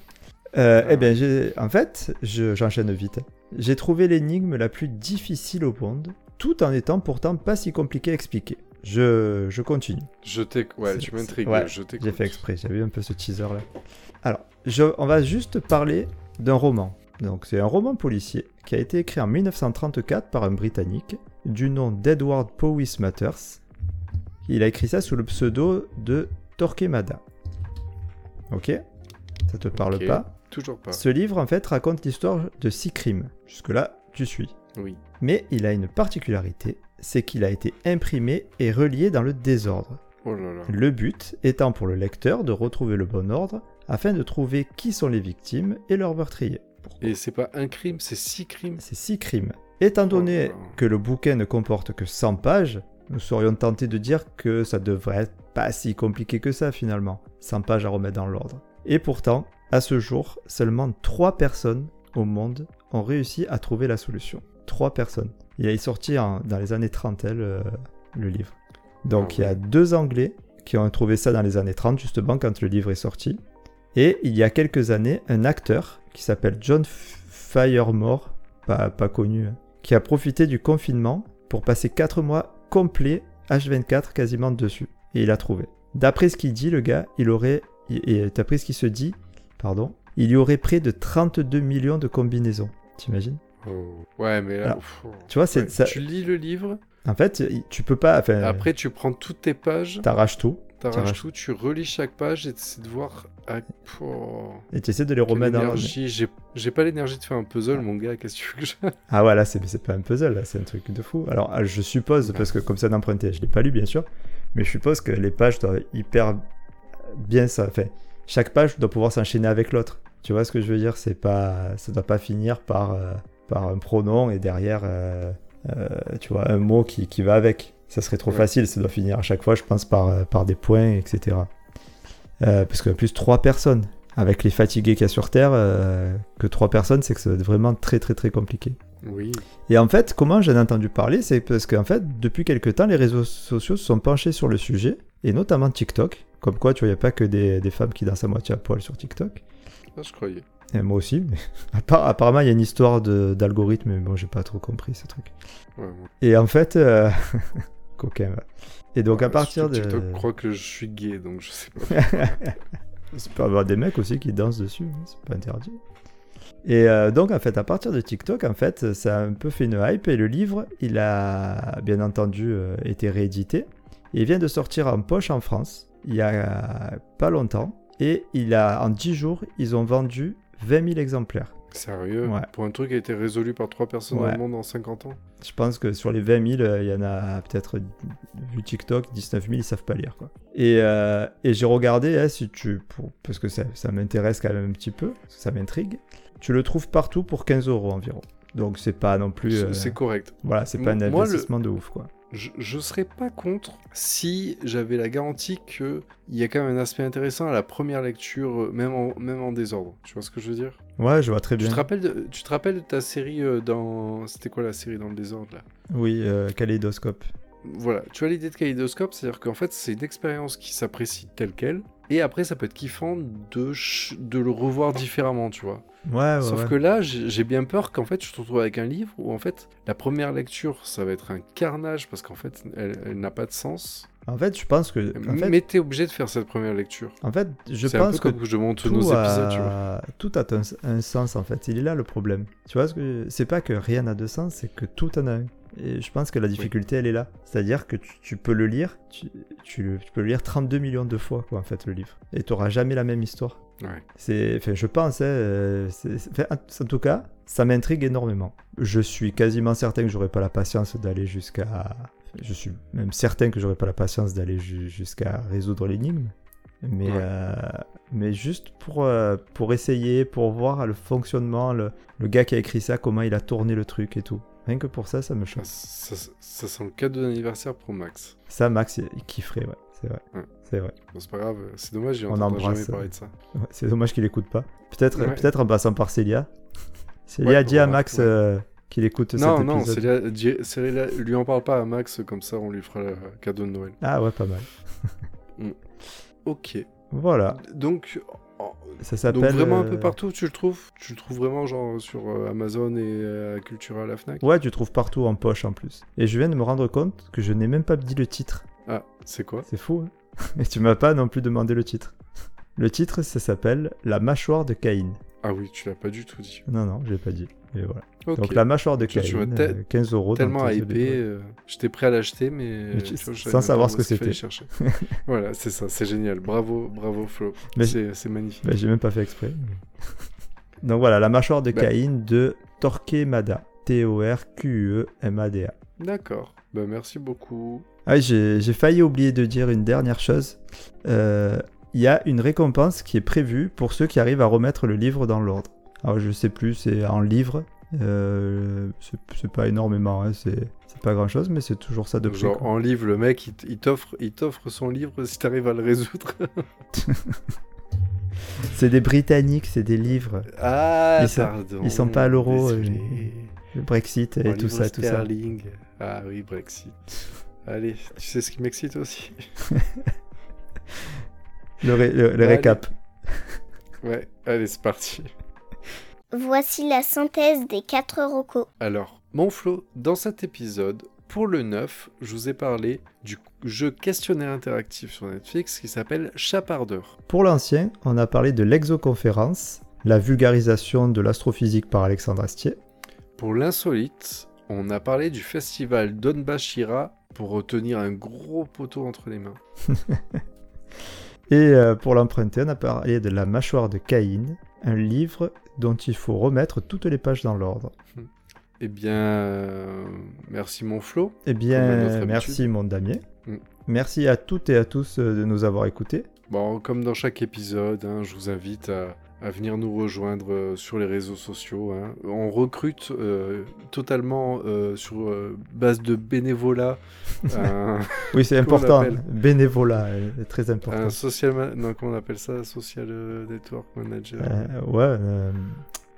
Speaker 2: Euh,
Speaker 3: Ah.
Speaker 2: Eh bien, j'ai- en fait, je- j'enchaîne vite. hein. J'ai trouvé l'énigme la plus difficile au monde, tout en étant pourtant pas si compliqué à expliquer. Je, je continue.
Speaker 3: Je t'ai... Ouais,
Speaker 2: C'est-
Speaker 3: tu
Speaker 2: c'est-
Speaker 3: m'intrigues,
Speaker 2: ouais,
Speaker 3: je t'écoute.
Speaker 2: J'ai fait exprès, j'avais un peu ce teaser là. Alors, je- on va juste parler d'un roman. Donc, c'est un roman policier qui a été écrit en 1934 par un Britannique du nom d'Edward Powys Matters. Il a écrit ça sous le pseudo de Torquemada. Ok Ça te parle
Speaker 3: Ok.
Speaker 2: pas
Speaker 3: Toujours pas.
Speaker 2: Ce livre, en fait, raconte l'histoire de six crimes. Jusque-là, tu suis.
Speaker 3: Oui.
Speaker 2: Mais il a une particularité, c'est qu'il a été imprimé et relié dans le désordre.
Speaker 3: Oh là là.
Speaker 2: Le but étant pour le lecteur de retrouver le bon ordre afin de trouver qui sont les victimes et leurs meurtriers.
Speaker 3: Et c'est pas un crime, c'est six crimes.
Speaker 2: Ces six crimes. Étant donné
Speaker 3: Oh là là.
Speaker 2: que le bouquin ne comporte que 100 pages, nous serions tentés de dire que ça devrait être pas si compliqué que ça finalement, 100 pages à remettre dans l'ordre. Et pourtant, à ce jour, seulement 3 personnes au monde ont réussi à trouver la solution. 3 personnes. Il est sorti en- dans les années 30, elle, euh, le livre. Donc
Speaker 3: Ah
Speaker 2: il y a deux Anglais qui ont trouvé ça dans les années 30, justement, quand le livre est sorti. Et il y a quelques années, un acteur qui s'appelle John F- Firemore, pas, pas connu, hein, qui a profité du confinement pour passer 4 mois complets, H24 quasiment dessus. Et il a trouvé. D'après ce qu'il dit, le gars, il aurait. Et et d'après ce qu'il se dit, pardon, il y aurait près de 32 millions de combinaisons. T'imagines
Speaker 3: Oh. Ouais, mais là.
Speaker 2: Alors,
Speaker 3: pff, oh.
Speaker 2: Tu vois, c'est
Speaker 3: ouais,
Speaker 2: ça-
Speaker 3: Tu lis le livre,
Speaker 2: En fait, il- tu peux pas. Enfin,
Speaker 3: après tu prends toutes tes pages,
Speaker 2: t'arraches tout t'arraches.
Speaker 3: t'arraches tout, tu relis chaque page et c'est de voir à oh,
Speaker 2: et tu essaies de les
Speaker 3: quelle
Speaker 2: remettre dans.
Speaker 3: énergie. J'ai j'ai pas l'énergie de faire un puzzle, mon gars. Qu'est-ce que tu veux que je
Speaker 2: Ah ouais, là, c'est c'est pas un puzzle, là, c'est un truc de fou. Alors, ah, je suppose, parce que comme ça d'emprunter, je l'ai pas lu, bien sûr, mais je suppose que les pages doivent hyper bien ça. Enfin, chaque page doit pouvoir s'enchaîner avec l'autre. Tu vois ce que je veux dire C'est pas, ça doit pas finir par euh, par un pronom et derrière, euh, euh, tu vois, un mot qui, qui va avec. Ça serait trop
Speaker 3: Ouais.
Speaker 2: facile. Ça doit finir à chaque fois, je pense, par euh, par des points, etc. Euh, parce qu'en plus, trois personnes. Avec les fatigués qu'il y a sur Terre, euh, que trois personnes, c'est que ça doit être vraiment très très très compliqué.
Speaker 3: Oui.
Speaker 2: Et en fait, comment j'en ai entendu parler, c'est parce qu'en fait, depuis quelques temps, les réseaux sociaux se sont penchés sur le sujet, et notamment TikTok. Comme quoi, tu vois, il n'y a pas que des, des femmes qui dansent à moitié à poil sur TikTok.
Speaker 3: Ah, je croyais.
Speaker 2: Et moi aussi, mais appar- apparemment, il y a une histoire de- d'algorithme, mais bon, j'ai pas trop compris ce truc.
Speaker 3: Ouais, moi,
Speaker 2: Et en fait, euh, coquin, va. Et donc, à
Speaker 3: euh,
Speaker 2: partir
Speaker 3: surtout
Speaker 2: de.
Speaker 3: TikTok croit que je suis gay, donc je sais pas.
Speaker 2: C'est pas avoir des mecs aussi qui dansent dessus, hein, c'est pas interdit. Et euh, donc en fait, à partir de TikTok, en fait, ça a un peu fait une hype et le livre, il a bien entendu euh, été réédité et il vient de sortir en poche en France il y a euh, pas longtemps et il a en 10 jours, ils ont vendu 20 000 exemplaires.
Speaker 3: Sérieux
Speaker 2: Ouais.
Speaker 3: Pour un truc qui a été résolu par trois personnes
Speaker 2: Ouais.
Speaker 3: dans le monde en 50 ans
Speaker 2: Je pense que sur les 20 000, euh, il y en a peut-être, euh, vu TikTok, 19 000, ils savent pas lire. Quoi. Et, euh, et j'ai regardé, hein, si tu, pour- parce que ça, ça m'intéresse quand même un petit peu, parce que ça m'intrigue. Tu le trouves partout pour 15 euros environ. Donc c'est pas non plus...
Speaker 3: C'est-
Speaker 2: euh,
Speaker 3: C'est correct.
Speaker 2: voilà, c'est pas un
Speaker 3: Moi, le-
Speaker 2: investissement de ouf, quoi.
Speaker 3: Je, je serais pas contre si j'avais la garantie que il y a quand même un aspect intéressant à la première lecture, euh, même en, même en désordre. Tu vois ce que je veux dire
Speaker 2: Ouais, je vois très
Speaker 3: tu
Speaker 2: bien.
Speaker 3: te, rappelles de, tu te rappelles de ta série euh, dans... C'était quoi la série dans le désordre là
Speaker 2: Oui, euh, kaléidoscope.
Speaker 3: Voilà, tu as l'idée de kaléidoscope, c'est-à-dire qu'en fait c'est une expérience qui s'apprécie telle qu'elle, et après ça peut être kiffant de, ch- de le revoir différemment, tu vois.
Speaker 2: Ouais, ouais,
Speaker 3: Sauf
Speaker 2: Ah, ouais.
Speaker 3: que là, j'ai j'ai bien peur qu'en fait, tu te retrouves avec un livre où en fait, la première lecture, ça va être un carnage parce qu'en fait, elle, elle n'a pas de sens.
Speaker 2: En fait, je pense que... En fait,
Speaker 3: Mais t'es obligé de faire cette première lecture.
Speaker 2: en fait je
Speaker 3: C'est un
Speaker 2: pense
Speaker 3: peu
Speaker 2: que
Speaker 3: comme je monte
Speaker 2: tout
Speaker 3: nos épisodes, tu vois.
Speaker 2: a, tout a un, un sens en fait. Il est là le problème. Tu vois, ce que c'est pas que rien n'a de sens, c'est que tout en a un. Et je pense que la difficulté, elle est là. C'est-à-dire que tu, tu peux le lire, tu, tu le- tu peux le lire 32 millions de fois, quoi, en fait, le livre. Et tu n'auras jamais la même histoire.
Speaker 3: Ouais.
Speaker 2: C'est, enfin, je pense, hein, euh, c'est- c'est- enfin, en en tout cas, ça m'intrigue énormément. Je suis quasiment certain que j'aurais pas la patience d'aller jusqu'à. Je suis même certain que j'aurais pas la patience d'aller ju- jusqu'à résoudre l'énigme. Mais,
Speaker 3: Ouais.
Speaker 2: euh, mais juste pour, euh, pour essayer, pour voir le fonctionnement, le, le gars qui a écrit ça, comment il a tourné le truc et tout. Rien que pour ça, ça me
Speaker 3: Ah,
Speaker 2: chasse.
Speaker 3: Ça, ça- ça sent le cadeau d'anniversaire pour Max.
Speaker 2: Ça, Max, il il kifferait, ouais. C'est vrai.
Speaker 3: Ouais.
Speaker 2: C'est vrai.
Speaker 3: Bon, c'est pas grave, c'est dommage, il
Speaker 2: On
Speaker 3: entendra
Speaker 2: embrasse,
Speaker 3: jamais
Speaker 2: euh,
Speaker 3: parler de ça.
Speaker 2: Ouais, c'est dommage qu'il écoute pas. Peut-être
Speaker 3: Ouais.
Speaker 2: peut-être en passant par Célia. Célia
Speaker 3: Ouais,
Speaker 2: dit à
Speaker 3: ouais,
Speaker 2: Max
Speaker 3: ouais.
Speaker 2: euh, qu'il écoute
Speaker 3: Non,
Speaker 2: cet
Speaker 3: non,
Speaker 2: épisode.
Speaker 3: Célia- di- Célia, lui en parle pas à Max, comme ça on lui fera le cadeau de Noël.
Speaker 2: Ah ouais, pas mal.
Speaker 3: Ok.
Speaker 2: Voilà.
Speaker 3: Donc, en-
Speaker 2: Ah. Ça
Speaker 3: donc
Speaker 2: s'appelle.
Speaker 3: vraiment un
Speaker 2: euh,
Speaker 3: peu partout, tu le trouves Tu le trouves vraiment genre sur euh, Amazon et euh, Cultura, la Fnac
Speaker 2: Ouais, tu le trouves partout en poche en plus. Et je viens de me rendre compte que je n'ai même pas dit le titre.
Speaker 3: Ah, c'est quoi
Speaker 2: C'est fou. Hein Et tu m'as pas non plus demandé le titre. Le titre, ça s'appelle La mâchoire de Caïn.
Speaker 3: Ah oui, tu l'as pas du tout dit.
Speaker 2: Non, non, je l'ai pas dit. Et voilà.
Speaker 3: Ok.
Speaker 2: Donc la mâchoire de
Speaker 3: Tu- tu
Speaker 2: Caïn,
Speaker 3: m'as te-
Speaker 2: euh, 15 euros. dans
Speaker 3: tellement
Speaker 2: le test de
Speaker 3: hypé,
Speaker 2: l'étoile.
Speaker 3: euh, j'étais prêt à l'acheter, mais, euh,
Speaker 2: Mais tu-
Speaker 3: tu vois, je
Speaker 2: sans
Speaker 3: savais même
Speaker 2: savoir
Speaker 3: pas
Speaker 2: ce
Speaker 3: où
Speaker 2: que
Speaker 3: est-ce qu'il fallait
Speaker 2: c'était.
Speaker 3: chercher. voilà, c'est ça, c'est génial. Bravo, bravo Flo.
Speaker 2: Mais-
Speaker 3: C'est c'est magnifique.
Speaker 2: Bah, j'ai même pas fait exprès. Donc voilà, la mâchoire de
Speaker 3: Bah.
Speaker 2: Caïn de Torquemada. E T-O-R-Q-E-M-A-D-A.
Speaker 3: D'accord. Bah merci beaucoup.
Speaker 2: Ah, oui, j'ai j'ai failli oublier de dire une dernière chose. Euh, Il y a une récompense qui est prévue pour ceux qui arrivent à remettre le livre dans l'ordre. Alors je sais plus, c'est en livre. Euh, c'est c'est pas énormément, hein, c'est c'est pas grand chose, mais c'est toujours ça de prix.
Speaker 3: Genre
Speaker 2: quoi.
Speaker 3: en livre, le mec, il t- il t'offre, il t'offre son livre si t'arrives à le résoudre.
Speaker 2: C'est des Britanniques, c'est des livres.
Speaker 3: ah,
Speaker 2: Ils sont-
Speaker 3: pardon.
Speaker 2: ils sont pas à l'euro,
Speaker 3: désolé.
Speaker 2: Le Brexit et
Speaker 3: En
Speaker 2: tout
Speaker 3: livre
Speaker 2: ça, tout ça.
Speaker 3: sterling. Ah oui, Brexit. Allez, tu sais ce qui m'excite aussi.
Speaker 2: Le, ré- le- le
Speaker 3: Allez.
Speaker 2: récap.
Speaker 3: Ouais, allez, c'est parti.
Speaker 1: Voici la synthèse des quatre rocos.
Speaker 3: Alors, mon Flo, dans cet épisode, pour le 9, je vous ai parlé du jeu questionnaire interactif sur Netflix qui s'appelle Chapardeur.
Speaker 2: Pour l'ancien, on a parlé de l'exoconférence, la vulgarisation de l'astrophysique par Alexandre Astier.
Speaker 3: Pour l'insolite, on a parlé du festival Donbashira pour retenir un gros poteau entre les mains.
Speaker 2: Et euh, pour l'emprunter, on a parlé de La mâchoire de Caïn, un livre dont il faut remettre toutes les pages dans l'ordre.
Speaker 3: Eh bien, euh, merci mon Flo.
Speaker 2: Eh
Speaker 3: Comme à notre
Speaker 2: bien,
Speaker 3: habitude.
Speaker 2: merci mon damier.
Speaker 3: Mm.
Speaker 2: Merci à toutes et à tous euh, de nous avoir écoutés.
Speaker 3: Bon, comme dans chaque épisode, hein, je vous invite à, à venir nous rejoindre euh, sur les réseaux sociaux. hein. On recrute euh, totalement euh, sur euh, base de bénévolat un,
Speaker 2: Oui, c'est
Speaker 3: Qu'on
Speaker 2: important.
Speaker 3: appelle. Ah,
Speaker 2: Bénévolat, euh, est très important.
Speaker 3: un social... ma- Non, comment on appelle ça Social euh, Network Manager.
Speaker 2: Euh, ouais, euh,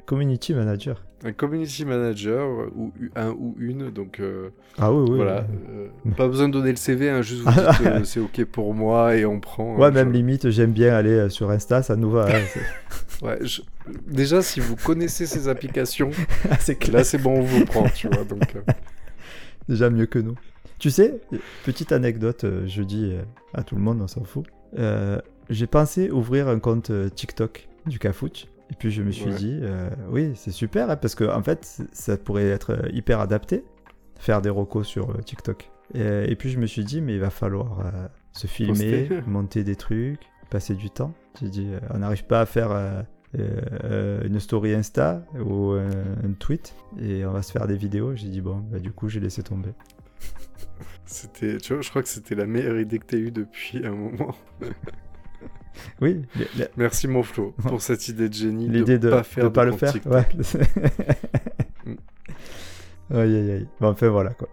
Speaker 2: community manager.
Speaker 3: Un community manager euh, ou u- un ou une. Donc euh,
Speaker 2: Ah oui, oui.
Speaker 3: voilà.
Speaker 2: ouais.
Speaker 3: euh, pas besoin de donner le CV, hein, juste vous dites euh, c'est OK pour moi et on prend.
Speaker 2: Ouais,
Speaker 3: hein,
Speaker 2: même
Speaker 3: je-
Speaker 2: limite, j'aime bien aller euh, sur Insta, ça nous va. hein, c'est-
Speaker 3: Ouais, je- Déjà, si vous connaissez ces applications,
Speaker 2: Ah, c'est
Speaker 3: là
Speaker 2: classe.
Speaker 3: c'est bon, on vous prend, tu vois. Donc. euh,
Speaker 2: Déjà mieux que nous. Tu sais, petite anecdote, euh, je dis euh, à tout le monde, on s'en fout. Euh, J'ai pensé ouvrir un compte euh, TikTok du Cafouche. Et puis je me suis
Speaker 3: Ouais.
Speaker 2: dit, euh, oui, c'est super, hein, parce que en fait, c- ça pourrait être euh, hyper adapté, faire des recos sur euh, TikTok. Et, et puis je me suis dit, mais il va falloir euh, se filmer,
Speaker 3: Poster.
Speaker 2: monter des trucs, passer du temps. J'ai dit, euh, on n'arrive pas à faire euh, euh, euh, une story Insta ou euh, un tweet, et on va se faire des vidéos. J'ai dit, bon, bah, du coup, j'ai laissé tomber.
Speaker 3: C'était, tu vois, je crois que c'était la meilleure idée que t'as eue depuis un moment.
Speaker 2: Oui, le- le-
Speaker 3: Merci mon Flo pour cette idée de génie.
Speaker 2: l'idée de
Speaker 3: de
Speaker 2: ne
Speaker 3: pas
Speaker 2: pas,
Speaker 3: faire de
Speaker 2: le
Speaker 3: compte
Speaker 2: faire.
Speaker 3: TikTok.
Speaker 2: Ouais. aïe, aïe, aïe. Bon, enfin, voilà quoi.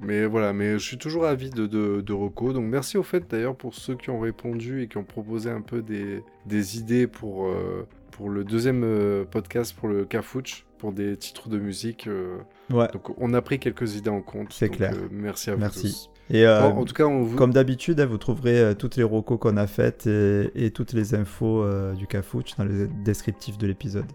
Speaker 3: Mais voilà, mais je suis toujours avide de, de, de recos. Donc merci au fait d'ailleurs pour ceux qui ont répondu et qui ont proposé un peu des, des idées pour, euh, pour le deuxième euh, podcast pour le Cafouche, pour des titres de musique. euh.
Speaker 2: Ouais.
Speaker 3: donc on a pris quelques idées en compte.
Speaker 2: C'est
Speaker 3: Donc,
Speaker 2: clair.
Speaker 3: euh, merci à vous
Speaker 2: Merci.
Speaker 3: tous.
Speaker 2: Et euh,
Speaker 3: Bon, en tout cas, on vous.
Speaker 2: comme d'habitude, hein, vous trouverez euh, toutes les recos qu'on a faites et, et toutes les infos euh, du Cafouche dans le descriptif de l'épisode.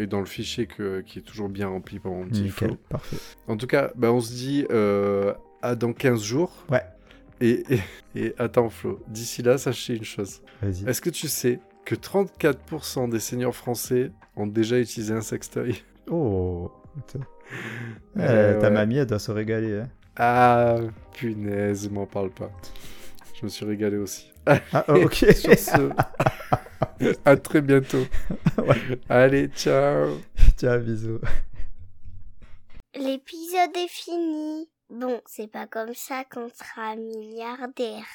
Speaker 3: Et dans le fichier que- qui est toujours bien rempli par mon petit
Speaker 2: Nickel,
Speaker 3: Flo.
Speaker 2: parfait.
Speaker 3: En tout cas, bah, on se dit euh, à dans 15 jours.
Speaker 2: Ouais.
Speaker 3: Et, et- et attends, Flo, d'ici là, sachez une chose.
Speaker 2: Vas-y.
Speaker 3: Est-ce que tu sais que 34% des seniors français ont déjà utilisé un sextoy
Speaker 2: Oh. putain.
Speaker 3: Eh
Speaker 2: Euh, Ta
Speaker 3: ouais.
Speaker 2: mamie, elle doit se régaler. hein.
Speaker 3: Ah, punaise, m'en parle pas. Je me suis régalé aussi.
Speaker 2: Ah, oh, ok.
Speaker 3: Sur ce, à très bientôt.
Speaker 2: Ouais.
Speaker 3: Allez, ciao
Speaker 2: Tiens, bisous.
Speaker 1: L'épisode est fini. Bon, c'est pas comme ça qu'on sera milliardaire.